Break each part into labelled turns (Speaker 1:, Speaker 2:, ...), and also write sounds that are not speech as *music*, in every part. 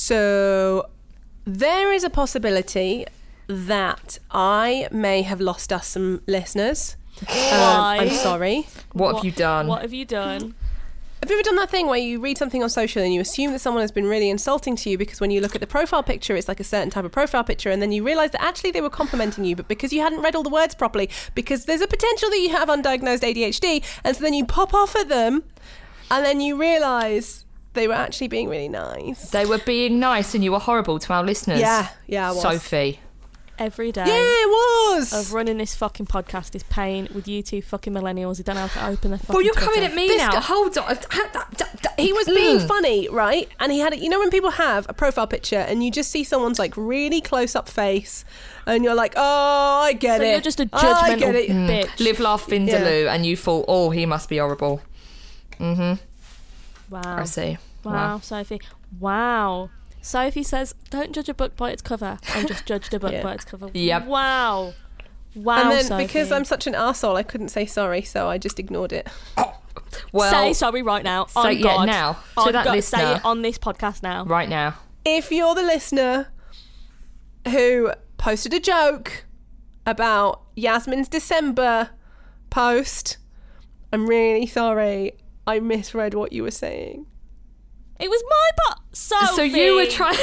Speaker 1: So there is a possibility that I may have lost us some listeners. Um,
Speaker 2: Why?
Speaker 1: I'm sorry.
Speaker 3: What, have you done?
Speaker 2: What have you done?
Speaker 1: Have you ever done that thing where you read something on social and you assume that someone has been really insulting to you because when you look at the profile picture, it's like a certain type of profile picture, and then you realise that actually they were complimenting you, but because you hadn't read all the words properly, because there's a potential that you have undiagnosed ADHD, and so then you pop off at them, and then you realise they were actually being really nice.
Speaker 3: They were being nice and you were horrible to our listeners.
Speaker 1: Yeah, yeah, I was.
Speaker 3: Sophie.
Speaker 2: Every day
Speaker 1: Yeah, it
Speaker 2: of
Speaker 1: was.
Speaker 2: running this fucking podcast is pain with you two fucking millennials who don't know how to open their fucking
Speaker 3: Well, you're
Speaker 2: Twitter.
Speaker 3: coming at me
Speaker 1: This
Speaker 3: now.
Speaker 1: guy-
Speaker 3: Hold on.
Speaker 1: He was being
Speaker 3: Mm.
Speaker 1: funny, right? And he had it. You know when people have a profile picture and you just see someone's like really close up face, and you're like, oh, I get
Speaker 2: So
Speaker 1: it.
Speaker 2: you're just a
Speaker 1: I
Speaker 2: judgmental
Speaker 1: get it.
Speaker 2: bitch.
Speaker 3: Mm. Live, laugh, Vindaloo, and you thought, oh, he must be horrible. Mm-hmm.
Speaker 2: Wow.
Speaker 3: I see.
Speaker 2: Wow, Sophie. Wow. Sophie says, "Don't judge a book by its cover." I just judged
Speaker 3: *laughs*
Speaker 2: a book
Speaker 1: Yeah.
Speaker 2: by its cover.
Speaker 3: Yep.
Speaker 2: Wow. Wow.
Speaker 1: And then
Speaker 2: Sophie.
Speaker 1: because I'm such an arsehole, I couldn't say sorry, so I just ignored it.
Speaker 3: Well,
Speaker 2: say sorry right now. on
Speaker 3: it
Speaker 2: God.
Speaker 3: now. To
Speaker 2: On
Speaker 3: that
Speaker 2: God. Say
Speaker 3: listener.
Speaker 2: it on this podcast now.
Speaker 3: right now.
Speaker 1: If you're the listener who posted a joke about Yasmin's December post, I'm really sorry. I misread what you were saying.
Speaker 2: It was my butt. Sophie.
Speaker 3: So you were trying.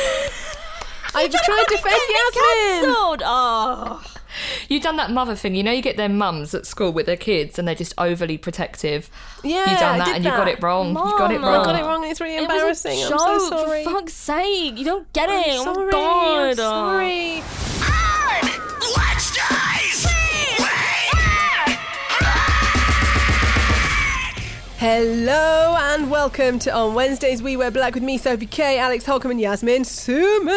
Speaker 1: I was trying to defend Yasmin.
Speaker 2: Cancelled. Oh.
Speaker 3: *laughs* you done that mother thing. You know, you get their mums at school with their kids, and they're just overly protective.
Speaker 1: Yeah,
Speaker 3: you done
Speaker 1: I
Speaker 3: that,
Speaker 1: did
Speaker 3: and you got
Speaker 1: that.
Speaker 3: it wrong. you got it
Speaker 2: Mum, I
Speaker 3: wrong.
Speaker 1: I got it wrong. It's really
Speaker 2: It was a
Speaker 1: embarrassing. I'm so
Speaker 2: joke,
Speaker 1: sorry.
Speaker 2: For fuck's sake, you don't get it.
Speaker 1: I'm sorry.
Speaker 2: Oh God.
Speaker 1: I'm sorry. Hello and welcome to On Wednesdays We Wear Black with me, Sophie K, Alex Holcomb, and Yasmin Suman.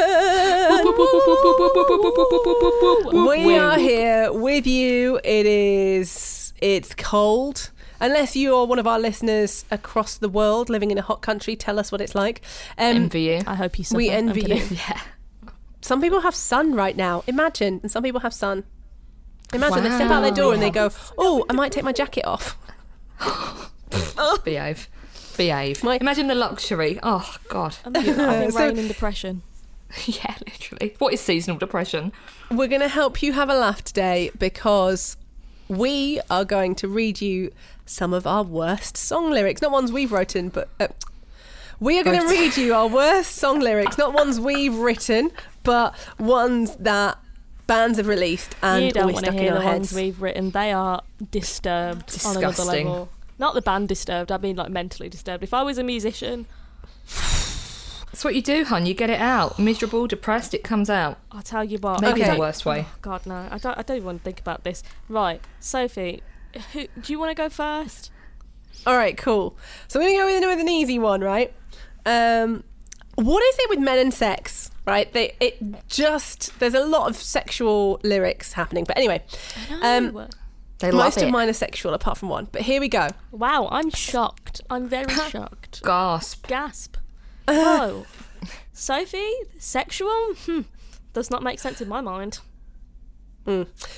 Speaker 1: We are here with you. It is it's cold. Unless you are one of our listeners across the world living in a hot country, tell us what it's like. Um,
Speaker 3: Envy you. *laughs*
Speaker 2: I hope you. Suffer.
Speaker 1: we
Speaker 2: I'm
Speaker 1: envy
Speaker 2: kidding.
Speaker 1: you. Some people have sun right now. Imagine, and some people have sun. Imagine they step out their door and they go, "Oh, I might take my jacket off."
Speaker 3: Behave. Behave.
Speaker 1: My-
Speaker 3: Imagine the luxury. Oh, God.
Speaker 2: *laughs* I'm having
Speaker 1: *laughs*
Speaker 2: rain
Speaker 1: So-
Speaker 2: and depression.
Speaker 3: *laughs* yeah, literally. What is seasonal depression?
Speaker 1: We're going to help you have a laugh today because we are going to read you some of our worst song lyrics, not ones we've written, but uh, we are going to
Speaker 3: Wrote.
Speaker 1: read you our worst song lyrics, not ones we've written, but ones that bands have released and
Speaker 2: you don't
Speaker 1: we're
Speaker 2: want to
Speaker 1: stuck
Speaker 2: hear
Speaker 1: in
Speaker 2: the
Speaker 1: our heads.
Speaker 2: ones we've written. They are disturbed on another
Speaker 3: Disgusting.
Speaker 2: level. Not the band disturbed. I mean, like mentally disturbed. If I was a musician,
Speaker 3: It's what you do, hun. You get it out. Miserable, depressed, it comes out.
Speaker 2: I'll tell you what. Oh,
Speaker 3: Maybe
Speaker 1: Okay.
Speaker 3: the worst way.
Speaker 2: God no, I don't. I don't want to think about this. Right, Sophie, who, do you want to go first?
Speaker 1: All right, cool. So I'm going to go with, an- with an easy one, right? Um, what is it with men and sex, right? They it just there's a lot of sexual lyrics happening. But anyway, um,
Speaker 3: They
Speaker 1: most
Speaker 3: love it.
Speaker 1: of mine are sexual apart from one. But here we go.
Speaker 2: wow, I'm shocked. I'm
Speaker 1: *laughs*
Speaker 2: very shocked. *laughs*
Speaker 3: Gasp.
Speaker 2: Gasp. Oh, Sophie, sexual? Hmm. Does not make sense in my mind.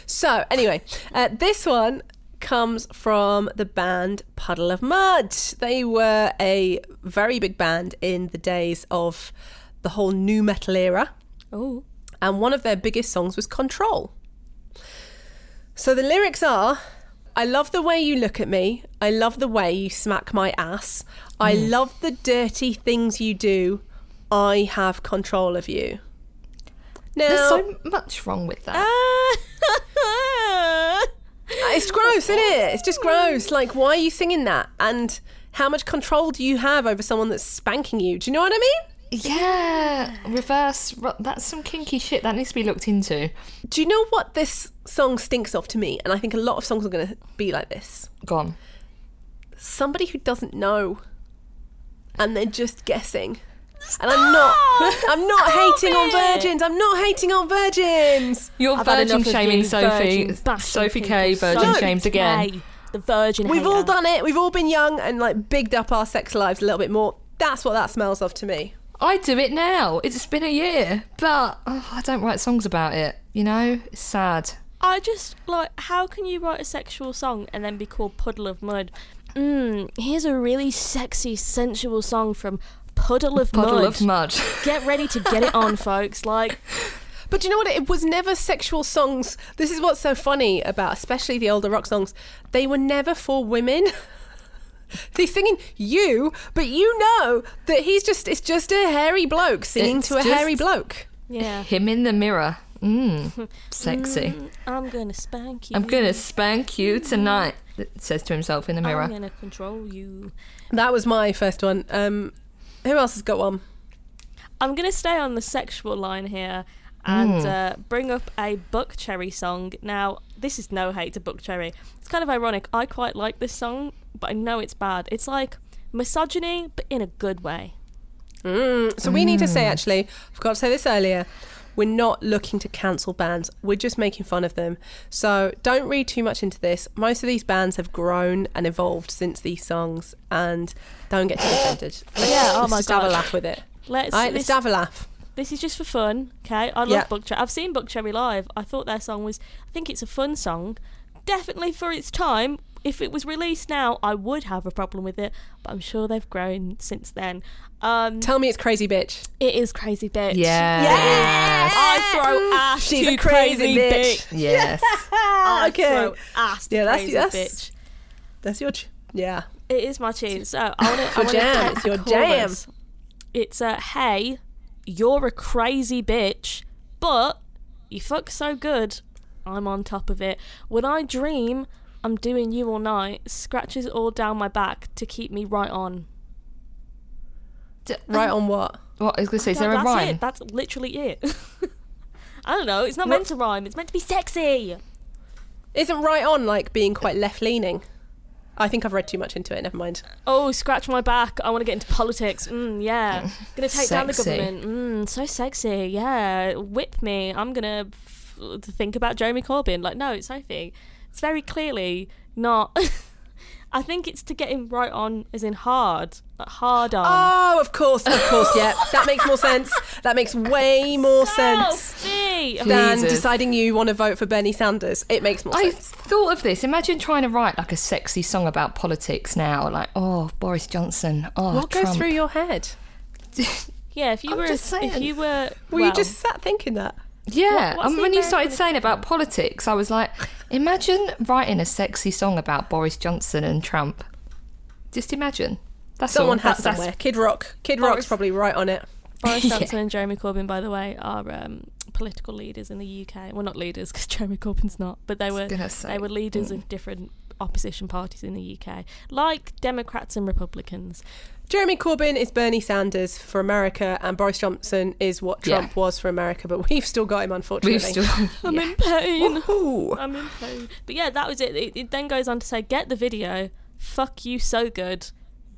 Speaker 1: So anyway, uh, this one comes from the band Puddle of Mud. They were a very big band in the days of the whole new metal era.
Speaker 2: Oh,
Speaker 1: and one of their biggest songs was Control. So the lyrics are I love the way you look at me. I love the way you smack my ass. I love the dirty things you do. I have control of you. Now,
Speaker 3: There's so much wrong with that.
Speaker 2: Oh,
Speaker 1: it's gross, isn't it? It's just gross. Like, why are you singing that? And how much control do you have over someone that's spanking you? Do you know what I mean?
Speaker 3: Yeah, reverse. ro- That's some kinky shit that needs to be looked into.
Speaker 1: Do you know what this song stinks of to me? And I think a lot of songs are going to be like this.
Speaker 3: Gone.
Speaker 1: somebody who doesn't know and they're just guessing. And I'm not *laughs* I'm not hating on virgins. I'm not hating on virgins.
Speaker 2: *laughs*
Speaker 3: You're
Speaker 2: I've had
Speaker 3: virgin
Speaker 2: enough of
Speaker 3: shaming
Speaker 2: you,
Speaker 3: Sophie.
Speaker 2: virgin bashing
Speaker 3: Sophie
Speaker 2: people.
Speaker 3: K. Virgin
Speaker 1: No.
Speaker 3: shames again.
Speaker 2: Hey, the virgin.
Speaker 1: We've all
Speaker 2: hater.
Speaker 1: done it. We've all been young and like bigged up our sex lives a little bit more. That's what that smells of to me.
Speaker 3: I do it now. It's been a year, but oh, I don't write songs about it. You know, it's sad.
Speaker 2: I just like how can you write a sexual song and then be Hmm, called Puddle of Mud? Mm, here's a really sexy, sensual song from puddle of
Speaker 3: Puddle
Speaker 2: mud.
Speaker 3: of mud. *laughs*
Speaker 2: Get ready to get it on, folks. Like,
Speaker 1: But do you know what? It was never sexual songs. This is what's so funny about, especially the older rock songs. They were never for women. *laughs* He's singing you, but you know that he's just, it's just a hairy bloke singing
Speaker 3: It's
Speaker 1: to a
Speaker 3: just-
Speaker 1: hairy bloke.
Speaker 2: *laughs* yeah, Hmm,
Speaker 3: Him in the mirror.
Speaker 2: *laughs*
Speaker 3: Mmm. Sexy.
Speaker 2: I'm gonna spank you.
Speaker 3: I'm gonna spank you tonight, says to himself in the mirror.
Speaker 2: I'm gonna control you.
Speaker 1: That was my first one. Um, who else has got one?
Speaker 2: I'm gonna stay on the sexual line here and
Speaker 1: Hmm.
Speaker 2: uh, bring up a Buckcherry song. Now, this is no hate to Buckcherry. It's kind of ironic. I quite like this song, but I know it's bad. It's like misogyny, but in a good way.
Speaker 1: Mm, So we need to say, actually, I forgot to say this earlier. We're not looking to cancel bands. We're just making fun of them. So don't read too much into this. Most of these bands have grown and evolved since these songs, and don't
Speaker 2: *gasps*
Speaker 1: get too offended. Let's,
Speaker 2: Yeah, oh
Speaker 1: let's
Speaker 2: my
Speaker 1: just have
Speaker 2: gosh.
Speaker 1: a laugh with it.
Speaker 2: Let's.
Speaker 1: All right, let's
Speaker 2: this,
Speaker 1: have a laugh.
Speaker 2: this is just for fun, okay? I love
Speaker 1: Yeah.
Speaker 2: Buckcherry. I've seen Buckcherry live. I thought their song was. I think it's a fun song. Definitely for its time. If it was released now, I would have a problem with it, but I'm sure they've grown since then. Um,
Speaker 1: Tell me it's crazy, bitch.
Speaker 2: it is crazy, bitch.
Speaker 3: Yeah.
Speaker 2: I throw ass
Speaker 1: She's
Speaker 2: to
Speaker 1: a crazy bitch. Ah,
Speaker 3: Yes.
Speaker 2: I
Speaker 1: Okay.
Speaker 2: throw ass to
Speaker 1: Yeah, that's-
Speaker 2: crazy
Speaker 1: that's-
Speaker 2: bitch.
Speaker 1: That's your. Ch- yeah.
Speaker 2: It is my tune. So I want to.
Speaker 1: your jam, it's your jam.
Speaker 2: It's a hey, you're a crazy bitch, but you fuck so good, I'm on top of it. When I dream, I'm doing you all night. Scratches all down my back to keep me right on.
Speaker 3: D-
Speaker 1: Right on what?
Speaker 3: What I was gonna say? Is there a
Speaker 2: that's
Speaker 3: rhyme?
Speaker 2: it. That's literally it. *laughs* I don't know. It's not meant to rhyme. It's meant to be sexy.
Speaker 1: Isn't right on like being quite left leaning? I think I've read too much into it. Never mind.
Speaker 2: Oh, scratch my back. I want to get into politics.
Speaker 1: *laughs*
Speaker 2: Mm, yeah. Gonna take down the
Speaker 3: Sexy.
Speaker 2: government. Mm, so sexy. Yeah. Whip me. I'm gonna f- think about Jeremy Corbyn. Like, no, it's Sophie. It's very clearly not. *laughs* I think it's to get him right on, as in hard. Like, hard on.
Speaker 1: Oh, of course, of course, yeah. *laughs* That makes more sense. That makes way more sense
Speaker 2: Sophie!
Speaker 1: than
Speaker 3: Jesus.
Speaker 1: deciding you want to vote for Bernie Sanders. It makes more
Speaker 3: I
Speaker 1: sense.
Speaker 3: thought of this. Imagine trying to write like a sexy song about politics now. Like, oh, Boris Johnson. Oh,
Speaker 1: What
Speaker 3: Trump.
Speaker 1: goes through your head?
Speaker 2: Yeah, if you
Speaker 3: I'm
Speaker 2: were,
Speaker 3: just
Speaker 2: if
Speaker 3: saying.
Speaker 2: you were,
Speaker 1: Were
Speaker 2: well,
Speaker 1: you just *laughs* sat thinking that?
Speaker 3: *laughs*
Speaker 2: What-
Speaker 3: Yeah,
Speaker 2: what's
Speaker 3: and
Speaker 2: the
Speaker 3: when you
Speaker 2: American
Speaker 3: started saying about politics, I was like, imagine writing a sexy song about Boris Johnson and Trump. Just imagine. That's
Speaker 1: Someone
Speaker 3: all.
Speaker 1: has
Speaker 3: That's-
Speaker 1: somewhere. Kid Rock. Kid
Speaker 2: Boris-
Speaker 1: Rock's probably right on it.
Speaker 2: Boris
Speaker 3: Yeah.
Speaker 2: Johnson and Jeremy Corbyn, by the way, are um, political leaders in the UK. Well, not leaders because *laughs* Jeremy Corbyn's not, but they were
Speaker 3: gonna say,
Speaker 2: they were leaders of different opposition parties in the UK, like Democrats and Republicans.
Speaker 1: Jeremy Corbyn is Bernie Sanders for America, and Boris Johnson is what
Speaker 3: Yeah.
Speaker 1: Trump was for America, but *laughs* we've still got him, unfortunately.
Speaker 3: We've still.
Speaker 2: *laughs* I'm in pain.
Speaker 1: Ooh.
Speaker 2: I'm in pain. But yeah, that was it. it. It then goes on to say, "Get the video. Fuck you so good.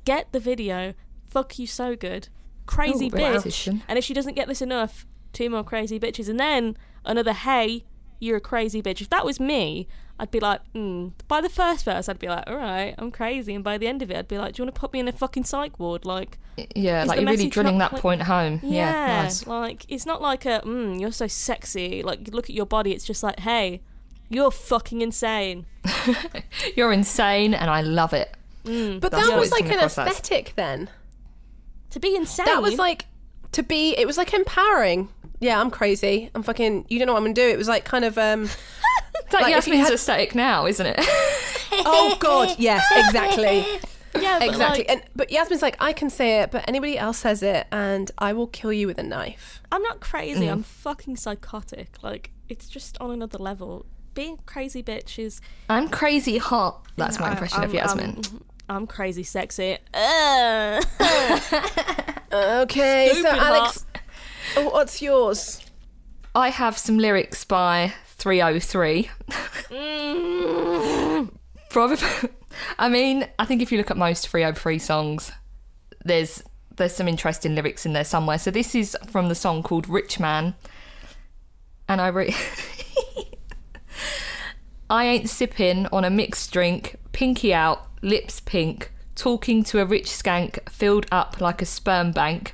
Speaker 2: Get the video. Fuck you so good. Crazy
Speaker 3: Ooh,
Speaker 2: bitch."
Speaker 3: repetition.
Speaker 2: And if she doesn't get this enough, two more crazy bitches, and then another. Hey, you're a crazy bitch. If that was me, I'd be like, mm. by the first verse, I'd be like, all right, I'm crazy, and by the end of it, I'd be like, do you want to put me in a fucking psych ward? Like,
Speaker 3: Yeah,
Speaker 2: Is
Speaker 3: like
Speaker 2: the
Speaker 3: you're really
Speaker 2: message
Speaker 3: drilling
Speaker 2: not
Speaker 3: that
Speaker 2: clear?
Speaker 3: point home.
Speaker 2: yeah,
Speaker 3: yeah nice.
Speaker 2: like it's not like a mm, you're so sexy. Like look at your body. It's just like, hey, you're fucking insane.
Speaker 3: You're insane, and I love it.
Speaker 1: But that
Speaker 3: That's what
Speaker 1: was
Speaker 3: it's
Speaker 1: like
Speaker 3: coming
Speaker 1: an
Speaker 3: across as.
Speaker 1: aesthetic then.
Speaker 2: To be insane.
Speaker 1: That was like to be. It was like empowering. Yeah, I'm crazy. I'm fucking. You don't know what I'm gonna do. It was like kind of. um
Speaker 3: That
Speaker 1: Like, if you
Speaker 3: Yasmin's
Speaker 1: had-
Speaker 3: aesthetic now, isn't it? *laughs*
Speaker 1: Oh *laughs* God. Yes. Exactly.
Speaker 2: yeah, but
Speaker 1: Exactly.
Speaker 2: like,
Speaker 1: and but Yasmin's like, I can say it, but anybody else says it, and I will kill you with a knife.
Speaker 2: I'm not crazy.
Speaker 3: Mm.
Speaker 2: I'm fucking psychotic. Like it's just on another level. Being a crazy bitch is.
Speaker 3: I'm crazy hot. That's my
Speaker 2: I-
Speaker 3: impression
Speaker 2: I'm, um,
Speaker 3: of Yasmin.
Speaker 2: I'm, I'm crazy sexy. Ugh. *laughs*
Speaker 1: Okay.
Speaker 2: Stupid
Speaker 1: so Alex, Oh, what's yours?
Speaker 3: I have some lyrics by
Speaker 2: *laughs*
Speaker 3: 303. Probably. *laughs* I mean, I think if you look at most 303 songs, there's there's some interesting lyrics in there somewhere. So this is from the song called Rich Man. And I re *laughs* I ain't sipping on a mixed drink, pinky out, lips pink, talking to a rich skank filled up like a sperm bank.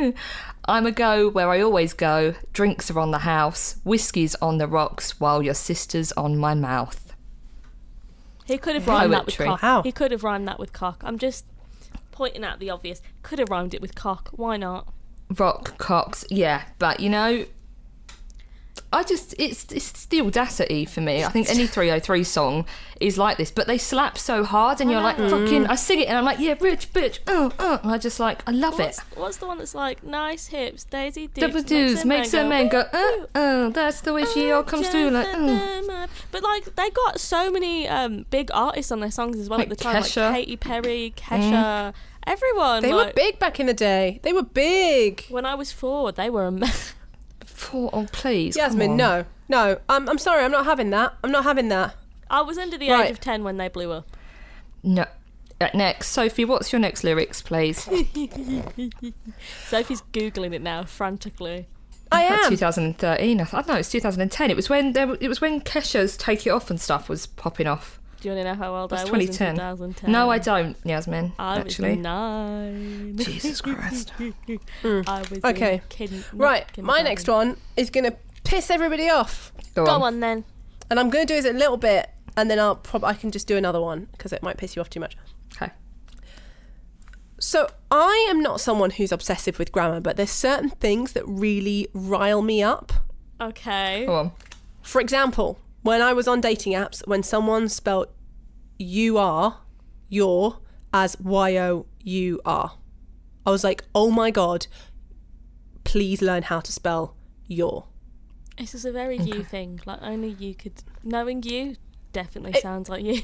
Speaker 3: *laughs* I'm a go where I always go. Drinks are on the house, whiskey's on the rocks, while your sister's on my mouth.
Speaker 2: He could have rhymed that with
Speaker 3: Poetry.
Speaker 2: cock.
Speaker 1: Wow.
Speaker 2: He could have rhymed that with cock. I'm just pointing out the obvious. Could have rhymed it with cock. Why not?
Speaker 3: Rock Cox, yeah, but you know, I just it's it's the audacity for me. I think *laughs* any 303 song is like this, but they slap so hard, and you're like fucking. I Mm. sing it, and I'm like, yeah, rich bitch, uh, uh, and I just like I love
Speaker 2: What's,
Speaker 3: it.
Speaker 2: what's the one that's like nice hips, daisy dukes,
Speaker 3: Double dudes makes a man go,
Speaker 2: woo,
Speaker 3: uh, uh, that's the way she all comes through, like,
Speaker 2: Jonathan
Speaker 3: uh.
Speaker 2: Demme. But like they got so many um, big artists on their songs as well
Speaker 3: Like
Speaker 2: at the time,
Speaker 3: Kesha. Mm.
Speaker 2: like Katy Perry, Kesha, everyone.
Speaker 1: They were
Speaker 2: like,
Speaker 1: big back in the day. They were big.
Speaker 2: When I was four, they were. am-
Speaker 3: Four, oh please, come
Speaker 1: Yasmin,
Speaker 3: on.
Speaker 1: no, no. I'm, I'm sorry. I'm not having that. I'm not having that.
Speaker 2: *laughs* I was under the
Speaker 1: Right.
Speaker 2: age of ten when they blew up.
Speaker 3: no. Uh, next, Sophie, what's your next lyrics, please?
Speaker 2: Sophie's googling it now frantically.
Speaker 1: I
Speaker 3: Like
Speaker 1: am.
Speaker 3: 2013. I thought no, it's 2010. It was when there. It was when Kesha's "Take It Off" and stuff was popping off.
Speaker 2: Do you want to know how old
Speaker 3: That's
Speaker 2: I was
Speaker 3: 2010.
Speaker 2: in 2010?
Speaker 3: No, I don't, Yasmin.
Speaker 2: Um, I
Speaker 3: actually,
Speaker 2: was nine.
Speaker 3: *laughs* Jesus Christ.
Speaker 2: *laughs* I was
Speaker 1: Okay.
Speaker 2: In kin- not
Speaker 1: Right, my
Speaker 2: kindergarten.
Speaker 1: next one is going to piss everybody off.
Speaker 3: Go
Speaker 2: Go
Speaker 3: on.
Speaker 2: on then.
Speaker 1: And I'm going to do it a little bit, and then I'll prob- I can just do another one because it might piss you off too much.
Speaker 3: Okay.
Speaker 1: So I am not someone who's obsessive with grammar, but there's certain things that really rile me up.
Speaker 2: Okay.
Speaker 3: Go on.
Speaker 1: For example, when I was on dating apps, when someone spelt you are, your, as Y O U R, I was like, oh my God, please learn how to spell your.
Speaker 2: This is a very you thing. Like only you could. Knowing you definitely sounds like you.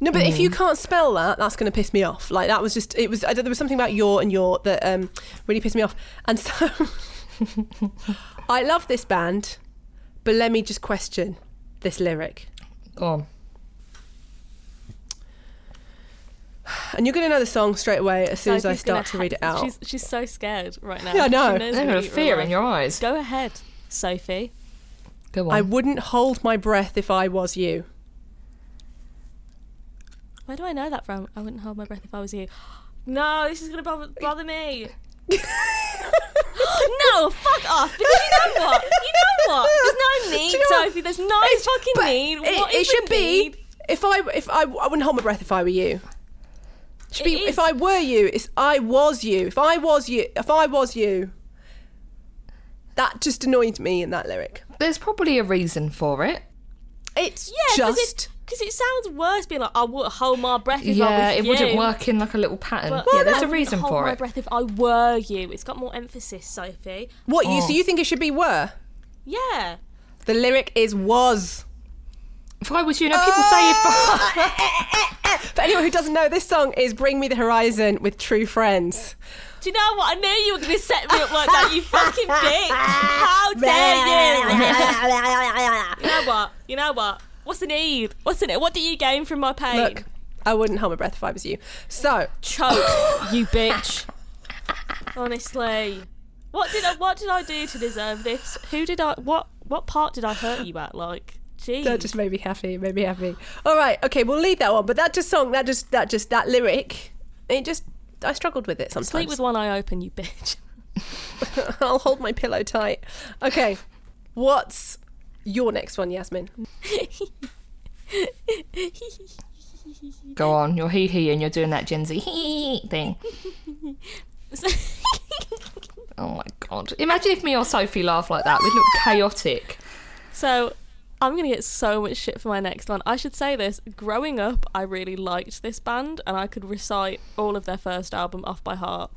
Speaker 1: No, but if
Speaker 2: Mm.
Speaker 1: you can't spell that, that's going to piss me off. Like that was just it was. I, don't- there was something about your and your that um, really pissed me off. And so, *laughs* I love this band, but let me just question this lyric.
Speaker 3: Go on.
Speaker 1: And you're going to know the song straight away as soon as I
Speaker 2: Sophie's gonna
Speaker 1: start to read
Speaker 2: ha-
Speaker 1: it out.
Speaker 2: She's, she's so scared right now.
Speaker 1: Yeah, I know.
Speaker 2: She knows
Speaker 3: There's
Speaker 2: what
Speaker 3: a
Speaker 2: you
Speaker 3: fear
Speaker 2: were
Speaker 3: in
Speaker 2: like.
Speaker 3: your eyes.
Speaker 2: Go ahead, Sophie.
Speaker 3: Go on.
Speaker 1: I wouldn't hold my breath if I was
Speaker 2: *laughs*
Speaker 1: you. *laughs*
Speaker 2: Where do I know that from? I wouldn't hold my breath if I was you. No, this is gonna bother, bother me. *gasps* no, fuck off. Because you know what? You know what? There's no
Speaker 1: *laughs*
Speaker 2: need,
Speaker 1: Do you know what?
Speaker 2: Sophie. There's no
Speaker 1: It's-
Speaker 2: fucking
Speaker 1: but
Speaker 2: need.
Speaker 1: It,
Speaker 2: What
Speaker 1: it
Speaker 2: is the
Speaker 1: should
Speaker 2: need?
Speaker 1: be if I if I, I wouldn't hold my breath if I were you. It should
Speaker 2: It
Speaker 1: be
Speaker 2: is.
Speaker 1: if I were you. It's I was you. If I was you. If I was you. That just annoyed me in that lyric.
Speaker 3: There's probably a reason for it.
Speaker 1: It's
Speaker 2: Yeah, because
Speaker 1: just.
Speaker 2: it, sounds worse being like I would hold my breath if I
Speaker 3: yeah,
Speaker 2: was
Speaker 3: it
Speaker 2: you.
Speaker 3: wouldn't work in like a little pattern.
Speaker 2: But
Speaker 3: yeah, there's
Speaker 2: I
Speaker 3: a reason
Speaker 2: wouldn't hold
Speaker 3: for
Speaker 2: my
Speaker 3: it.
Speaker 2: breath if I were you. It's got more emphasis, Sophie.
Speaker 1: What you? So
Speaker 2: Oh.
Speaker 1: you think it should be were?
Speaker 2: Yeah.
Speaker 1: The lyric is was.
Speaker 3: If I was you, now people say if I.
Speaker 1: For anyone who doesn't know, this song is "Bring Me the Horizon" with True Friends.
Speaker 2: Do you know what? I knew you were going to set me up like that, you fucking bitch. How dare you? you know what? You know what? What's the need? What's in it? What do you gain from my pain?
Speaker 1: Look, I wouldn't hold my breath if I was you. So *laughs*
Speaker 2: Choke, you bitch. Honestly. What did I what did I do to deserve this? Who did I what what part did I hurt you at? Like, jeez.
Speaker 1: That just made me happy. It made me happy. All right, okay, we'll leave that one. But that just song, that just that just that lyric, it just I struggled with it sometimes.
Speaker 2: Sleep with one eye open,
Speaker 1: *laughs*
Speaker 2: you bitch. *laughs*
Speaker 1: I'll hold my pillow tight. Okay, what's your next one, Yasmin?
Speaker 3: *laughs* Go on, you're hee hee and you're doing that Gen Z hee thing. Oh my god. Imagine if me or Sophie laughed like that. We'd look chaotic.
Speaker 2: So I'm gonna get so much shit for my next one. I should say this. Growing up, I really liked this band, and I could recite all of their first album off by heart.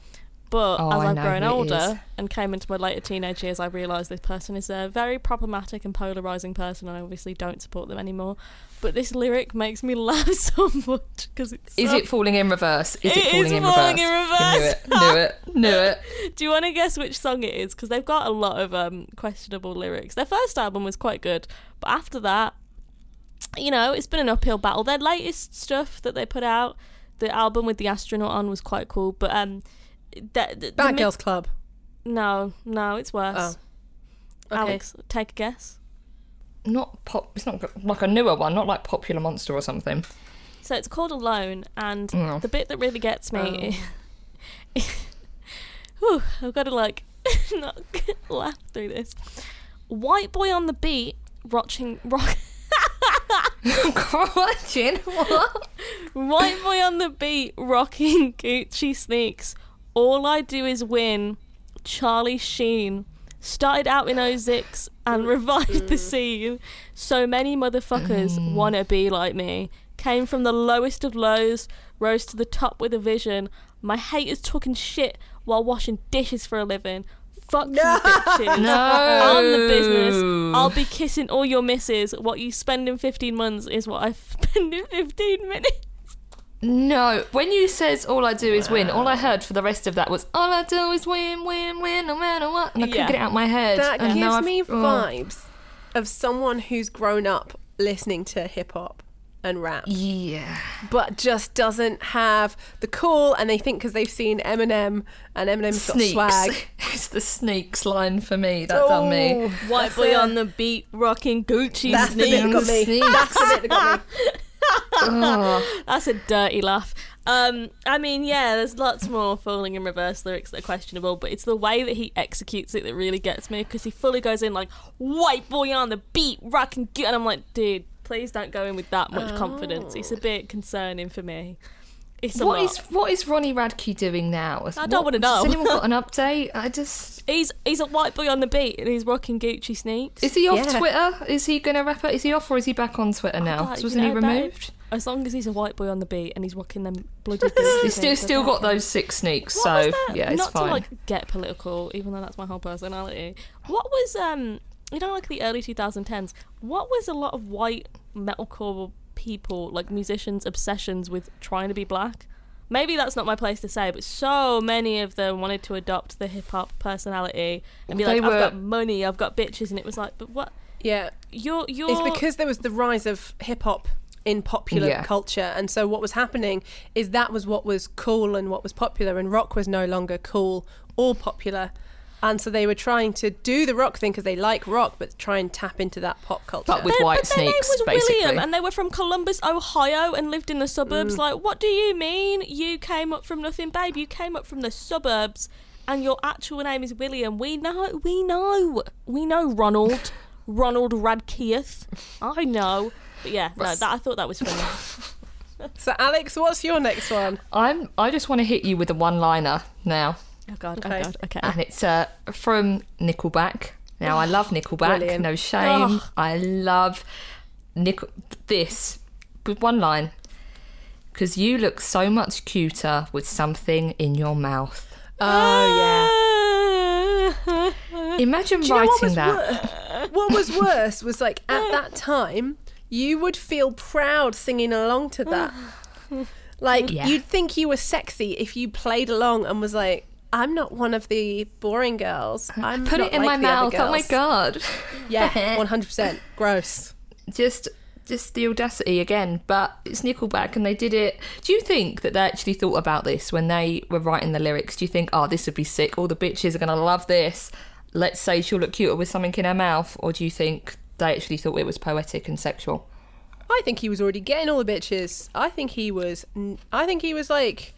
Speaker 2: But
Speaker 3: Oh,
Speaker 2: as
Speaker 3: I
Speaker 2: I've
Speaker 3: know
Speaker 2: grown
Speaker 3: who it
Speaker 2: older
Speaker 3: is.
Speaker 2: and came into my later teenage years, I realised this person is a very problematic and polarising person, and I obviously don't support them anymore. But this lyric makes me *laughs* laugh so much because it's.
Speaker 3: Is
Speaker 2: so-
Speaker 3: it falling in reverse? Is it,
Speaker 2: It is
Speaker 3: falling, in,
Speaker 2: falling
Speaker 3: reverse?
Speaker 2: in
Speaker 3: You Knew it.
Speaker 2: *laughs*
Speaker 3: Knew it. Knew it.
Speaker 2: Do you want to guess which song it is? Because they've got a lot of um, questionable lyrics. Their first album was quite good, but after that, you know, it's been an uphill battle. Their latest stuff that they put out, the album with the astronaut on, was quite cool, but um, the, the, the
Speaker 1: Bad
Speaker 2: mid-
Speaker 1: Girls Club.
Speaker 2: No, no, it's worse.
Speaker 1: Oh, Okay.
Speaker 2: Alex, take a guess.
Speaker 3: Not pop. It's not g- like a newer one. Not like Popular Monster or something.
Speaker 2: So it's called Alone, and
Speaker 3: *laughs* Mm.
Speaker 2: the bit that really gets
Speaker 1: Oh.
Speaker 2: me. Whew,
Speaker 1: Oh.
Speaker 2: *laughs* I've got to like not *laughs* laugh through this. White boy on the beat, rotching rock.
Speaker 3: Crunching? What?
Speaker 2: White boy on the beat, rocking Gucci sneaks. All I do is win. Charlie Sheen started out in 06 and revived the scene. So many motherfuckers wanna be like me. Came from the lowest of lows, rose to the top with a vision. My haters talking shit while washing dishes for a living. Fuck you bitches.
Speaker 3: No.
Speaker 2: I'm the business. I'll be kissing all your misses. What you spend in 15 months is what I *laughs* spend in 15 minutes.
Speaker 3: No. When you says all I do is win, all I heard for the rest of that was all I do is win, win, win, no matter what. And I
Speaker 2: Yeah.
Speaker 3: couldn't get it out of my head.
Speaker 1: That
Speaker 3: And now
Speaker 1: gives
Speaker 3: I've-
Speaker 1: me
Speaker 3: oh.
Speaker 1: vibes of someone who's grown up listening to hip hop and rap,
Speaker 3: Yeah.
Speaker 1: but just doesn't have the cool. And they think because they've seen Eminem and Eminem's
Speaker 3: Sneaks.
Speaker 1: got
Speaker 3: *laughs*
Speaker 1: swag. Oh.
Speaker 3: it's the sneaks line for me. That's on me.
Speaker 2: White
Speaker 1: That's
Speaker 2: boy
Speaker 1: it.
Speaker 2: on the beat, rocking Gucci
Speaker 1: That's the bit that
Speaker 2: sneaks.
Speaker 1: got me.
Speaker 3: Sneaks.
Speaker 1: *laughs* That's the bit that got me.
Speaker 3: Oh.
Speaker 2: That's a dirty laugh. Um, I mean, yeah, there's lots more falling in reverse lyrics that are questionable, but it's the way that he executes it that really gets me because he fully goes in like white boy on the beat, rocking, gu-" and I'm like, dude, please don't go in with that much confidence. It's a bit concerning for me. It's a
Speaker 3: Oh. What
Speaker 2: lot.
Speaker 3: is what is Ronnie Radke doing now?
Speaker 2: I don't
Speaker 3: What-
Speaker 2: wanna know.
Speaker 3: Has
Speaker 1: *laughs*
Speaker 3: anyone got an update? I just
Speaker 2: he's he's a white boy on the beat and he's rocking Gucci sneaks.
Speaker 3: is he off
Speaker 1: Yeah.
Speaker 3: Twitter? Is he going to wrap it? Is he off or is he back on Twitter now?
Speaker 2: God, you
Speaker 3: Wasn't he
Speaker 2: know, Dave,
Speaker 3: removed?
Speaker 2: As long as he's a white boy on the beat and he's rocking
Speaker 3: *laughs*
Speaker 2: them bloody.
Speaker 1: *laughs*
Speaker 2: Gucci
Speaker 3: He's still
Speaker 2: sneaks, I
Speaker 3: still
Speaker 2: don't
Speaker 3: got
Speaker 2: care.
Speaker 3: those six sneaks.
Speaker 2: What
Speaker 3: so
Speaker 2: was that?
Speaker 3: yeah, it's
Speaker 2: not
Speaker 3: fine.
Speaker 2: to like get political, even though that's my whole personality. What was um, you know, like the early 2010s. What was a lot of white metalcore people, like musicians, obsessions with trying to be black? Maybe that's not my place to say, but so many of them wanted to adopt the hip hop personality and be
Speaker 3: They
Speaker 2: like,
Speaker 3: were-
Speaker 2: "I've got money, I've got bitches," and it was like, "But what?
Speaker 1: Yeah.
Speaker 2: You're you're
Speaker 1: It's because there was the rise of hip hop in popular
Speaker 3: Yeah.
Speaker 1: culture. And so what was happening is that was what was cool and what was popular, and rock was no longer cool or popular. And so they were trying to do the rock thing because they like rock, but try and tap into that pop culture.
Speaker 3: But with
Speaker 2: Their-
Speaker 3: white
Speaker 2: but their name
Speaker 3: sneaks,
Speaker 2: was
Speaker 3: basically. Mm.
Speaker 2: William, and they were from Columbus, Ohio, and lived in the suburbs. Like, what do you mean? You came up from nothing, babe. You came up from the suburbs, and your actual name is William. We know, we know, we know Ronald,
Speaker 3: *laughs*
Speaker 2: Ronald Radkeith. I know, but yeah, no,
Speaker 3: Russ. Oh,
Speaker 2: that I thought that was
Speaker 3: *laughs*
Speaker 2: funny.
Speaker 1: so Alex, what's your next one?
Speaker 3: I'm. I just want to hit you with a one-liner now,
Speaker 2: oh god,
Speaker 1: Okay.
Speaker 2: oh god, okay.
Speaker 3: and it's uh, from Nickelback. Now
Speaker 1: *sighs*
Speaker 3: I love Nickelback.
Speaker 1: Brilliant.
Speaker 3: No shame.
Speaker 2: Oh.
Speaker 3: I love Nickel. This with one line, because you look so much cuter with something in your mouth.
Speaker 1: Oh yeah.
Speaker 2: Uh,
Speaker 3: Imagine
Speaker 1: Do you know what
Speaker 3: writing
Speaker 1: was
Speaker 3: that.
Speaker 1: wor- what was worse was like
Speaker 3: *laughs*
Speaker 1: at that time, you would feel proud singing along to that. Like
Speaker 3: Yeah.
Speaker 1: you'd think you were sexy if you played along and was like, "I'm not one of the boring girls. I'm
Speaker 3: Put
Speaker 1: not
Speaker 3: it in
Speaker 1: like
Speaker 3: my
Speaker 1: the other
Speaker 3: mouth. Oh my
Speaker 1: girls."
Speaker 3: god. *laughs*
Speaker 1: Yeah, 100 percent gross.
Speaker 3: just just the audacity again but it's nickelback and they did it do you think that they actually thought about this when they were writing the lyrics do you think oh this would be sick all the bitches are going to love this let's say she'll look cuter with something in her mouth or do you think they actually thought it was poetic and sexual
Speaker 1: I think he was already getting all the bitches. I think he was. I think he was like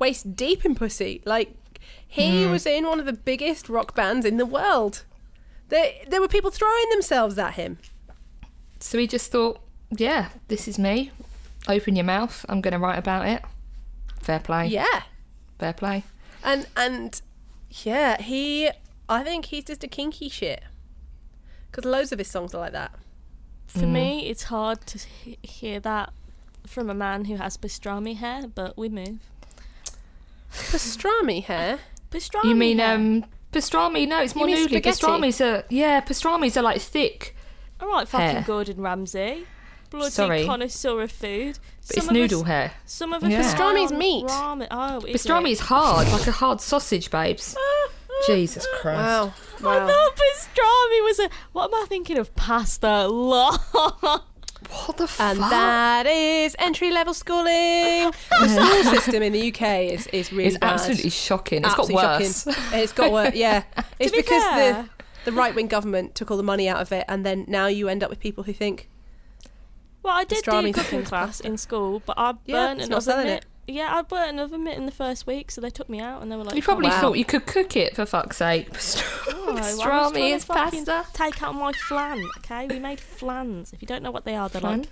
Speaker 1: waist deep in pussy. Like he
Speaker 3: Hmm.
Speaker 1: was in one of the biggest rock bands in the world. There, there were people throwing themselves at him.
Speaker 3: so he just thought yeah this is me open your mouth i'm going to write about it fair play
Speaker 1: Yeah,
Speaker 3: fair play
Speaker 1: and and yeah, he. I think he's just a kinky shit. Because loads of his songs are like that.
Speaker 2: For
Speaker 3: Mm.
Speaker 2: me, it's hard to he- hear that from a man who has pastrami hair, but we move.
Speaker 1: Pastrami hair.
Speaker 2: Pastrami.
Speaker 3: You mean
Speaker 2: hair.
Speaker 3: um pastrami? No, it's more
Speaker 1: mean
Speaker 3: noodly.
Speaker 1: spaghetti?
Speaker 3: Pastrami's are yeah, pastrami's are like thick.
Speaker 2: All right, fucking
Speaker 3: hair.
Speaker 2: Gordon Ramsay, bloody
Speaker 3: Sorry.
Speaker 2: connoisseur of food.
Speaker 3: But it's noodle
Speaker 2: us,
Speaker 3: hair.
Speaker 2: Some of us
Speaker 3: Yeah.
Speaker 1: Pastrami's meat.
Speaker 2: Ramen. Oh, is
Speaker 3: Pastrami
Speaker 2: It?
Speaker 3: is hard, like a hard sausage, babes.
Speaker 2: *laughs*
Speaker 3: Jesus *laughs* Christ.
Speaker 1: Wow.
Speaker 2: I
Speaker 1: Wow.
Speaker 2: thought pastrami was a. What am I thinking of? Pasta. *laughs* Lol.
Speaker 3: What the fuck?
Speaker 1: And that is entry level schooling. the school
Speaker 3: *laughs*
Speaker 1: system in the UK is, is really
Speaker 3: it's
Speaker 1: bad.
Speaker 3: absolutely shocking. It's
Speaker 1: Absolutely
Speaker 3: got worse.
Speaker 1: shocking. *laughs* It's got worse.
Speaker 3: *laughs*
Speaker 1: Yeah, it's
Speaker 2: be
Speaker 1: because
Speaker 2: fair-
Speaker 1: the the right wing government took all the money out of it, and then now you end up with people who think
Speaker 2: Well, I did do
Speaker 1: Pastrami's
Speaker 3: *laughs*
Speaker 2: cooking
Speaker 1: food
Speaker 2: class in school, but I burnt
Speaker 1: Yeah, it's
Speaker 2: an
Speaker 1: not
Speaker 2: oven
Speaker 1: selling
Speaker 2: mitt. Yeah, I burnt an oven mitt in the first week, so they took me out and they were like,
Speaker 3: You *laughs* probably
Speaker 1: Wow.
Speaker 3: thought you could cook it for fuck's sake. Pastrami,
Speaker 2: "Oh, I was trying to
Speaker 3: pastrami is
Speaker 2: fucking
Speaker 3: pasta.
Speaker 2: Take out my flan, okay? We made flans. If you don't know what they are, they're
Speaker 3: Flan?
Speaker 2: like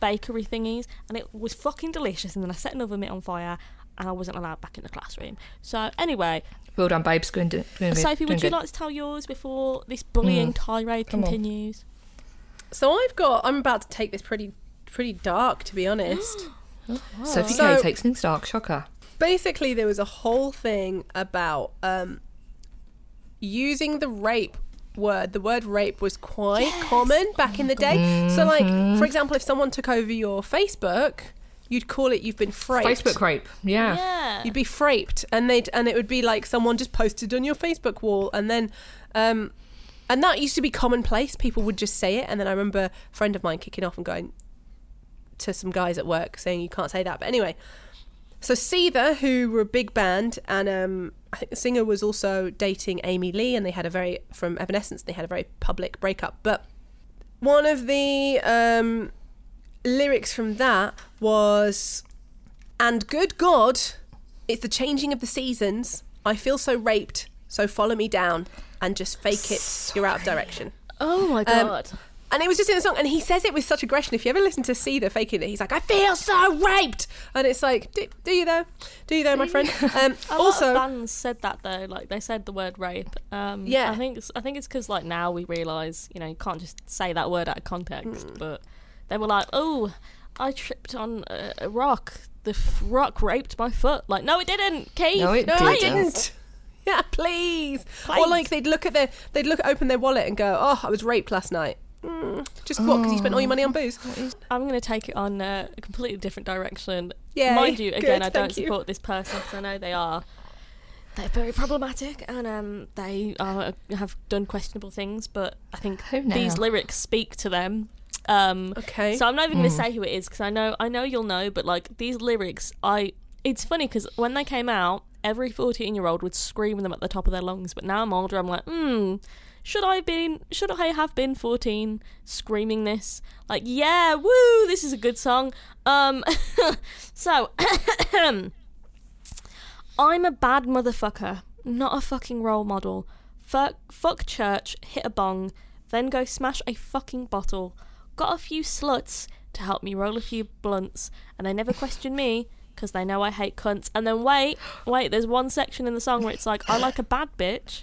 Speaker 2: bakery thingies, and it was fucking delicious. And then I set another mitt on fire, and I wasn't allowed back in the classroom. So anyway,
Speaker 3: Well done, babes. Going to, going to
Speaker 2: Sophie,
Speaker 3: doing
Speaker 2: would you
Speaker 3: good.
Speaker 2: like to tell yours before this bullying tirade
Speaker 3: Mm. Come on.
Speaker 2: continues?
Speaker 1: So I've got. I'm about to take this pretty pretty dark, to be honest.
Speaker 3: *gasps* Sophie K
Speaker 1: So-
Speaker 3: takes things dark. Shocker.
Speaker 1: basically there was a whole thing about um using the rape word the word rape was quite common back in
Speaker 3: Oh
Speaker 1: the day so like for example if someone took over your facebook you'd call it you've been fraped
Speaker 3: Facebook rape. Yeah.
Speaker 2: Yeah.
Speaker 1: you'd be fraped and they'd and it would be like someone just posted on your facebook wall and then um and that used to be commonplace people would just say it and then i remember a friend of mine kicking off and going to some guys at work saying you can't say that but anyway so Seether, who were a big band, and um, I think the singer was also dating Amy Lee, and they had a very from Evanescence. They had a very public breakup. But one of the um, lyrics from that was, "And good God, it's the changing of the seasons. I feel so raped. So follow me down and just fake it. You're out of direction."
Speaker 2: Oh
Speaker 3: Um,
Speaker 2: my god.
Speaker 1: And it was just in the song, and he says it with such aggression. If you ever listen to Cedar faking it, he's like, "I feel so raped," and it's like, "Do, do you though? Do you though, my friend?"
Speaker 2: *laughs*
Speaker 1: Um,
Speaker 2: a lot of
Speaker 1: also,
Speaker 2: bands said that though, like they said the word rape. Um,
Speaker 1: Yeah.
Speaker 2: I think it's- I think it's because like now we realise you know you can't just say that word out of context.
Speaker 3: Mm.
Speaker 2: But they were like, oh, I tripped on a, a rock. The f- rock raped my foot. Like no, it didn't, Keith.
Speaker 3: No, it
Speaker 1: no, I
Speaker 3: didn't.
Speaker 1: didn't. *laughs* Yeah, please. Or
Speaker 2: Please.
Speaker 1: like they'd look at their, they'd look open their wallet and go, "Oh, I was raped last night." Mm, just what? Because you spent all
Speaker 2: Oh.
Speaker 1: your money on booze.
Speaker 2: I'm going to take it on uh, a completely different direction.
Speaker 1: Yay,
Speaker 2: Mind you,
Speaker 1: good,
Speaker 2: again, I don't
Speaker 1: thank you.
Speaker 2: support this person because I know they are. They're very problematic and um, they are, have done questionable things, but I think
Speaker 3: Who now?
Speaker 2: these lyrics speak to them. Um,
Speaker 1: Okay.
Speaker 2: So I'm not even going to say who it is because I know I know you'll know, but like these lyrics, I it's funny because when they came out, every 14 year old would scream them at the top of their lungs. But now I'm older, I'm like, hmm, should I have been should I have been 14 screaming this? Like, yeah, woo, this is a good song. Um, so *coughs* I'm a bad motherfucker, not a fucking role model. Fuck, fuck church, hit a bong, then go smash a fucking bottle. Got a few sluts to help me roll a few blunts, and they never question me because they know I hate cunts. And then wait, wait, there's one section in the song where it's like, I like a bad bitch.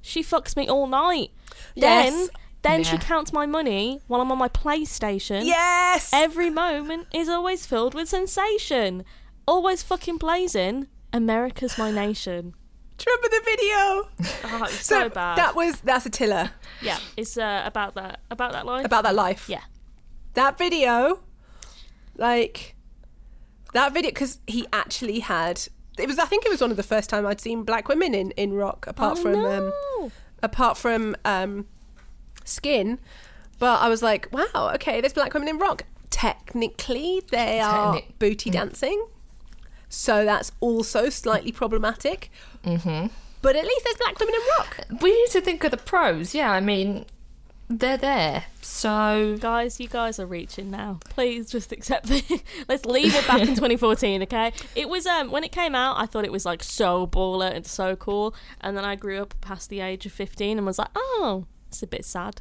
Speaker 2: She fucks me all night.
Speaker 1: Yes.
Speaker 2: Then, then she
Speaker 3: Yeah.
Speaker 2: counts my money while I'm on my PlayStation.
Speaker 1: yes.
Speaker 2: Every moment is always filled with sensation. Always fucking blazing. America's my nation.
Speaker 1: Do you remember the video?
Speaker 2: *laughs* Oh, it's so, bad.
Speaker 1: That was that's Attila
Speaker 2: yeah, it's uh, about that about that line.
Speaker 1: about that life.
Speaker 2: yeah.
Speaker 1: that video, like that video, because he actually had. It was. I think it was one of the first time I'd seen black women in in rock, apart
Speaker 2: Oh,
Speaker 1: from um,
Speaker 2: no.
Speaker 1: apart from um, skin. But I was like, wow, okay, there's black women in rock. Technically, they are
Speaker 3: Technic-
Speaker 2: Mm.
Speaker 1: booty dancing, so that's also slightly problematic. Mm-hmm. But at least there's black women in rock.
Speaker 3: We need to think of the pros. Yeah, I mean, they're there. So
Speaker 2: guys, you guys are reaching now. Please just accept it. *laughs* Let's leave it *laughs* back in 2014, okay? It was um when it came out, I thought it was like so baller and so cool, and then I grew up past the age of 15 and was like, oh, it's a bit sad.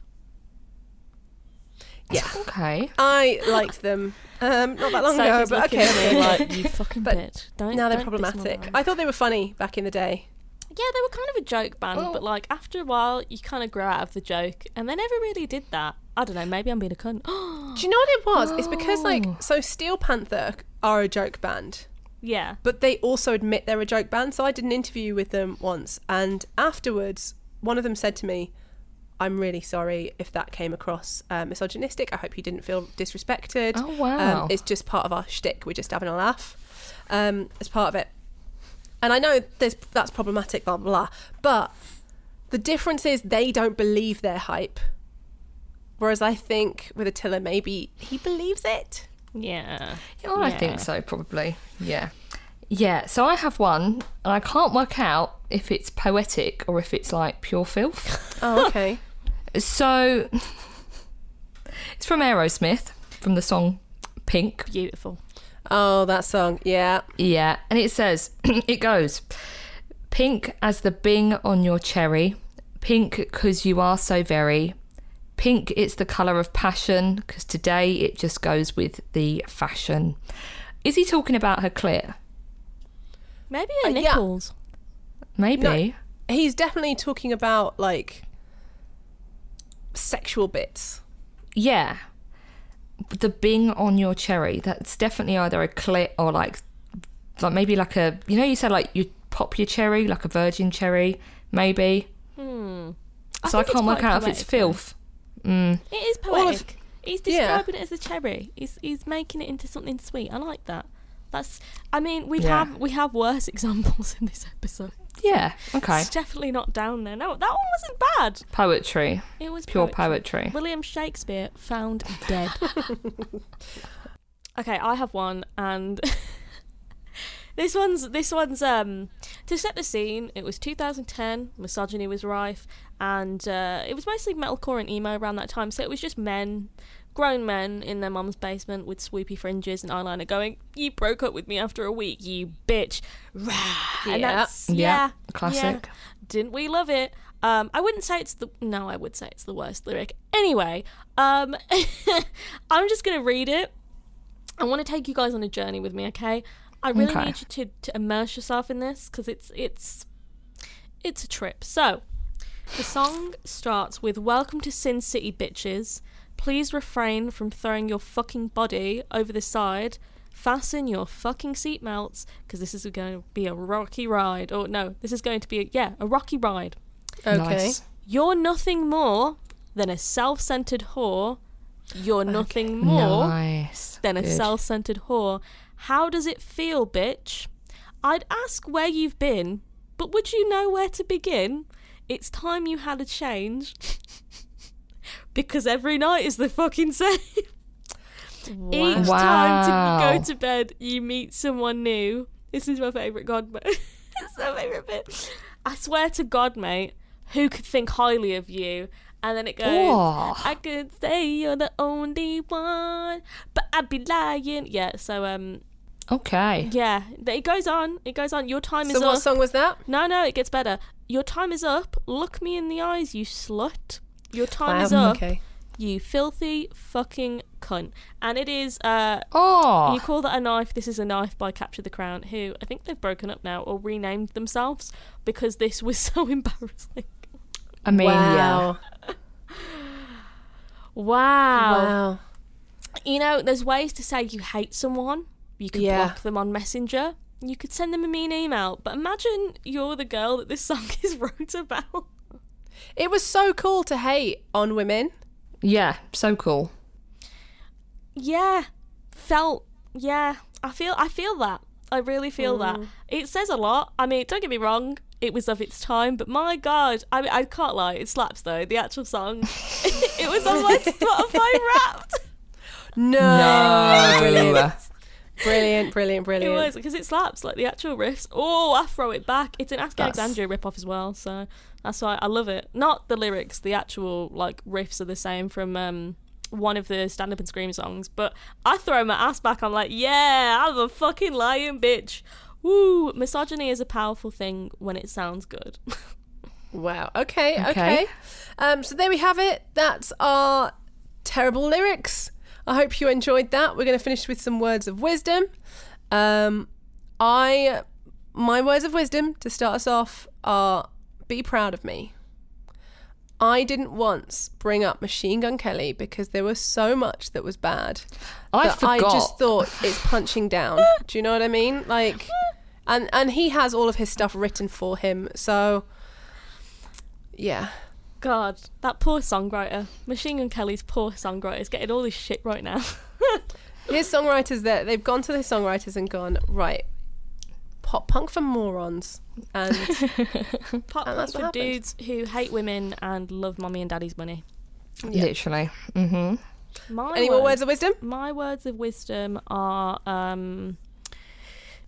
Speaker 1: Yeah,
Speaker 3: okay.
Speaker 1: I liked them um, not that long ago,
Speaker 2: Sophie's
Speaker 1: but
Speaker 2: looking
Speaker 1: okay.
Speaker 2: at
Speaker 1: *laughs*
Speaker 2: me like, you fucking
Speaker 1: But
Speaker 2: bitch. Don't.
Speaker 1: Now they're
Speaker 2: don't piss me off."
Speaker 1: problematic. I thought they were funny back in the day.
Speaker 2: Yeah, they were kind of a joke band,
Speaker 3: Oh.
Speaker 2: but like after a while, you kind of grow out of the joke, and they never really did that. I don't know. Maybe I'm being a cunt. *gasps*
Speaker 1: Do you know what it was? It's because
Speaker 2: Oh.
Speaker 1: like so Steel Panther are a joke band,
Speaker 2: yeah.
Speaker 1: but they also admit they're a joke band. So I did an interview with them once, and afterwards, one of them said to me, "I'm really sorry if that came across uh, misogynistic. I hope you didn't feel disrespected.
Speaker 3: Oh, wow.
Speaker 1: Um, it's just part of our shtick. We're just having a laugh um, as part of it." And I know there's that's problematic, blah blah, blah but the difference is they don't believe their hype. Whereas I think with Attila, maybe he believes it.
Speaker 2: Yeah.
Speaker 3: Yeah, well, Oh, I
Speaker 2: Yeah.
Speaker 3: think so, probably. Yeah. Yeah, so I have one, and I can't work out if it's poetic or if it's like pure filth.
Speaker 1: *laughs* Oh, okay.
Speaker 3: So it's from Aerosmith, from the song Pink.
Speaker 2: Beautiful.
Speaker 1: oh, that song. Yeah.
Speaker 3: Yeah, and it says, *clears throat* it goes, Pink as the bing on your cherry, pink 'cause you are so very, Pink, it's the colour of passion because today it just goes with the fashion. Is he talking about her clit?
Speaker 2: Maybe
Speaker 1: Uh,
Speaker 2: her
Speaker 1: yeah.
Speaker 2: nipples.
Speaker 3: Maybe.
Speaker 1: He's definitely talking about like sexual bits.
Speaker 3: Yeah. The bing on your cherry. That's definitely either a clit or like, like maybe like a, you know, you said like you pop your cherry, like a virgin cherry, maybe. So I,
Speaker 2: think it's
Speaker 3: can't work
Speaker 2: quite
Speaker 3: out if it's
Speaker 2: poetic, though.
Speaker 3: filth. Mm.
Speaker 2: It is
Speaker 1: Well,
Speaker 2: poetic.
Speaker 1: if-
Speaker 2: he's
Speaker 1: yeah.
Speaker 2: describing it as a cherry. He's he's making it into something sweet. I like that. That's. I mean, we
Speaker 3: Yeah.
Speaker 2: have we have worse *laughs* examples in this episode.
Speaker 3: Yeah. Okay.
Speaker 2: It's definitely not down there. No, that one wasn't bad.
Speaker 3: Poetry.
Speaker 2: It was
Speaker 3: Pure
Speaker 2: poetry.
Speaker 3: poetry.
Speaker 2: William Shakespeare found
Speaker 3: *laughs*
Speaker 2: dead. okay, I have one, and *laughs* this one's this one's um to set the scene. It was 2010. Misogyny was rife, and uh, it was mostly metalcore and emo around that time. So it was just men, grown men, in their mum's basement with swoopy fringes and eyeliner, going, "You broke up with me after a week, you bitch!" Rah. And
Speaker 1: Yeah.
Speaker 2: that's
Speaker 3: Yeah.
Speaker 2: yeah,
Speaker 3: Classic.
Speaker 2: yeah. Didn't we love it? Um, I wouldn't say it's the no, I would say it's the worst lyric. Anyway, um, *laughs* I'm just gonna read it. I want to take you guys on a journey with me, okay? I really
Speaker 3: Okay.
Speaker 2: need you to, to immerse yourself in this because it's it's it's a trip. So, the song starts with "Welcome to Sin City, bitches. Please refrain from throwing your fucking body over the side. Fasten your fucking seatbelts because this is going to be a rocky ride. Or no, this is going to be a, yeah a rocky ride.
Speaker 1: Okay.
Speaker 3: Nice.
Speaker 2: You're nothing more than a self-centered whore. You're nothing more."
Speaker 3: nice.
Speaker 2: than a
Speaker 3: Good.
Speaker 2: self centered whore. How does it feel, bitch? I'd ask where you've been, but would you know where to begin? It's time you had a change. *laughs* because every night is the fucking same. Each
Speaker 3: Wow.
Speaker 2: time to
Speaker 3: Wow.
Speaker 2: go to bed, you meet someone new. This is my favourite God *laughs* mate. it's my favourite bit. I swear to God, mate, who could think highly of you? And then it goes,
Speaker 3: Oh.
Speaker 2: I could say you're the only one, but I'd be lying. Yeah, so, um,
Speaker 3: Okay.
Speaker 2: yeah, th- it goes on. It goes on. Your time
Speaker 1: So
Speaker 2: is
Speaker 1: what
Speaker 2: up.
Speaker 1: song was that?
Speaker 2: no, no, it gets better. Your time is up. Look me in the eyes, you slut. Your time is
Speaker 1: Wow,
Speaker 2: up.
Speaker 1: Okay.
Speaker 2: You filthy fucking cunt. And it is, uh,
Speaker 3: Oh.
Speaker 2: you call that a knife? This is a knife by Capture the Crown, who I think they've broken up now or renamed themselves because this was *laughs* so embarrassing.
Speaker 3: I mean, yeah.
Speaker 1: wow.
Speaker 2: Wow.
Speaker 1: Wow.
Speaker 2: You know, there's ways to say you hate someone. You could
Speaker 1: Yeah.
Speaker 2: block them on Messenger. You could send them a mean email. But imagine you're the girl that this *laughs* song is wrote about.
Speaker 1: It was so cool to hate on women.
Speaker 3: Yeah. So cool.
Speaker 2: Yeah. Felt yeah. I feel I feel that. I really feel that. It says a lot. I mean, don't get me wrong, it was of its time, but my god, I mean, I can't lie, it slaps though. The actual song, *laughs* it was on my Spotify Wrapped.
Speaker 1: No.
Speaker 3: No.
Speaker 1: *laughs* Brilliant, brilliant,
Speaker 2: It
Speaker 1: brilliant.
Speaker 2: was because it slaps like the actual riffs. Oh, I throw it back. It's an Ask
Speaker 3: That's-
Speaker 2: Alexandria ripoff as well, so that's why I love it. Not the lyrics, the actual like riffs are the same from um, one of the stand up and scream songs. But I throw my ass back. I'm like, yeah, I'm a fucking lying bitch. Woo! Misogyny is a powerful thing when it sounds good. *laughs*
Speaker 1: Wow. Okay. Okay.
Speaker 3: Okay.
Speaker 1: Um, so there we have it. That's our terrible lyrics. I hope you enjoyed that. We're going to finish with some words of wisdom. Um, I, my words of wisdom to start us off are: be proud of me. I didn't once bring up Machine Gun Kelly because there was so much that was bad
Speaker 3: I
Speaker 1: that I
Speaker 3: forgot.
Speaker 1: just thought it's punching down. Do you know what I mean? Like, and and he has all of his stuff written for him, so yeah.
Speaker 2: God, that poor songwriter, Machine Gun Kelly's poor songwriter, is getting all this shit right now. *laughs*
Speaker 1: His songwriters there, they've gone to their songwriters and gone right. Pop punk for morons, and
Speaker 2: Pop
Speaker 1: And
Speaker 2: punk
Speaker 1: that's
Speaker 2: for
Speaker 1: what happened.
Speaker 2: dudes who hate women and love mommy and daddy's money.
Speaker 3: Literally. Mm-hmm.
Speaker 2: My
Speaker 1: any more words of wisdom?
Speaker 2: My words of wisdom are, um,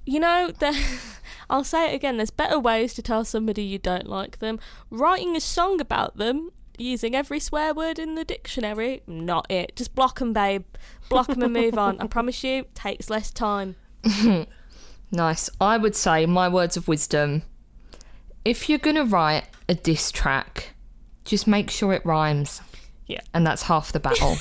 Speaker 2: you know, the, *laughs* I'll say it again. There's better ways to tell somebody you don't like them. Writing a song about them, using every swear word in the dictionary, not it. Just block 'em, babe. Block 'em and move on. I promise you, takes less time.
Speaker 3: Nice. I would say my words of wisdom. If you're gonna write a diss track, just make sure it rhymes.
Speaker 2: Yeah.
Speaker 3: and that's half the battle.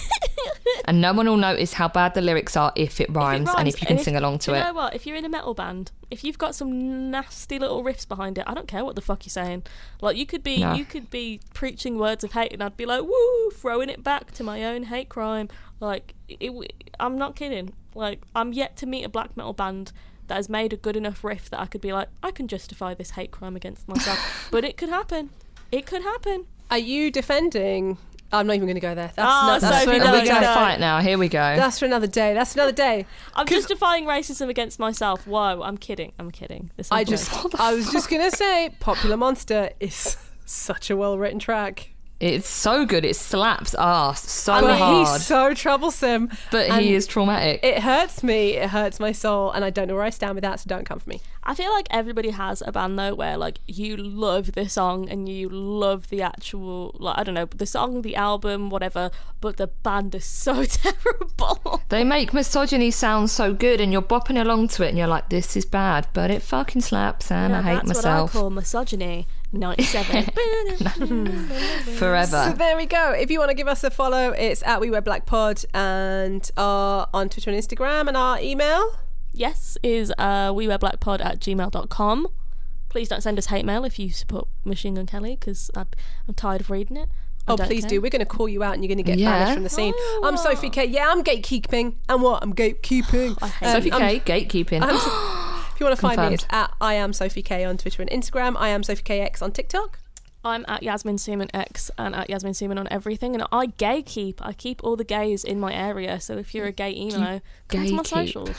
Speaker 3: and no one will notice how bad the lyrics are if it
Speaker 2: If it
Speaker 3: rhymes, and
Speaker 2: rhymes,
Speaker 3: if you can sing
Speaker 2: do
Speaker 3: along to
Speaker 2: you
Speaker 3: it.
Speaker 2: know what? If you're in a metal band, if you've got some nasty little riffs behind it, I don't care what the fuck you're saying. Like you could be
Speaker 3: No.
Speaker 2: you could be preaching words of hate, and I'd be like, woo, throwing it back to my own hate crime. Like it, it- I'm not kidding. Like I'm yet to meet a black metal band that has made a good enough riff that I could be like, I can justify this hate crime against myself. but it could happen. It could happen.
Speaker 1: Are you defending? I'm not even going to go there. That's,
Speaker 2: Ah,
Speaker 1: not, that's,
Speaker 2: Sophie,
Speaker 1: for
Speaker 3: Are
Speaker 1: another
Speaker 3: we going
Speaker 2: no.
Speaker 1: day.
Speaker 3: to fight now? Here we go.
Speaker 1: that's for another day. That's another day.
Speaker 2: I'm
Speaker 1: 'Cause-
Speaker 2: justifying racism against myself. Whoa, I'm kidding. I'm kidding. This
Speaker 1: I
Speaker 2: is
Speaker 1: just,
Speaker 3: What the
Speaker 1: I was just
Speaker 3: fuck?
Speaker 1: going to say, Popular Monster is such a well written track.
Speaker 3: It's so good. It slaps ass so
Speaker 1: but
Speaker 3: hard.
Speaker 1: he's so troublesome.
Speaker 3: but
Speaker 1: and
Speaker 3: he is traumatic.
Speaker 1: It hurts me. It hurts my soul, and I don't know where I stand with that. So don't come for me.
Speaker 2: I feel like everybody has a band though where like you love the song and you love the actual like I don't know the song, the album, whatever, but the band is so *laughs* terrible.
Speaker 3: they make misogyny sound so good, and you're bopping along to it, and you're like, "This is bad," but it fucking slaps, and I
Speaker 2: Now,
Speaker 3: hate
Speaker 2: that's
Speaker 3: myself
Speaker 2: what I call misogyny.
Speaker 3: *laughs*
Speaker 2: Ninety-seven.
Speaker 3: forever.
Speaker 1: So there we go. If you want to give us a follow, it's at We Wear Black Pod and our on Twitter and Instagram and our email.
Speaker 2: yes is uh, we wear blackpod at gmail.com. Please don't send us hate mail if you support Machine Gun Kelly because I'm tired of reading it. I
Speaker 1: Oh,
Speaker 2: don't
Speaker 1: please
Speaker 2: care.
Speaker 1: do. We're going to call you out and you're going to get
Speaker 3: Yeah.
Speaker 1: banished from the scene. I'm Sophie K. Yeah, I'm gatekeeping. And what? I'm
Speaker 3: *gasps*
Speaker 1: gatekeeping.
Speaker 2: I hate
Speaker 3: Sophie
Speaker 1: Um,
Speaker 3: K,
Speaker 1: *gasps*
Speaker 3: gatekeeping.
Speaker 1: I'm, if you want to find me,
Speaker 3: Confirmed.
Speaker 1: it's at I am Sophie K on Twitter and Instagram. I am Sophie KX on TikTok.
Speaker 2: I'm at Yasmin Suman X and at Yasmin Suman on everything, and I gay keep. I keep all the gays in my area. So if you're a gay emo, come to my
Speaker 3: gay keep.
Speaker 2: socials.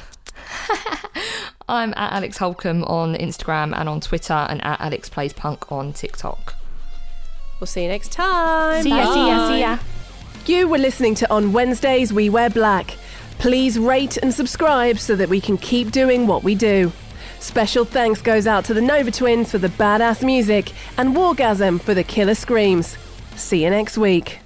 Speaker 3: I'm at Alex Holcomb on Instagram and on Twitter, and at Alex Plays Punk on TikTok.
Speaker 1: We'll see you next time.
Speaker 3: See ya, see ya,
Speaker 1: Bye.
Speaker 3: see ya.
Speaker 1: You were listening to On Wednesdays We Wear Black. Please rate and subscribe so that we can keep doing what we do. Special thanks goes out to the Nova Twins for the badass music and Wargasm for the killer screams. See you next week.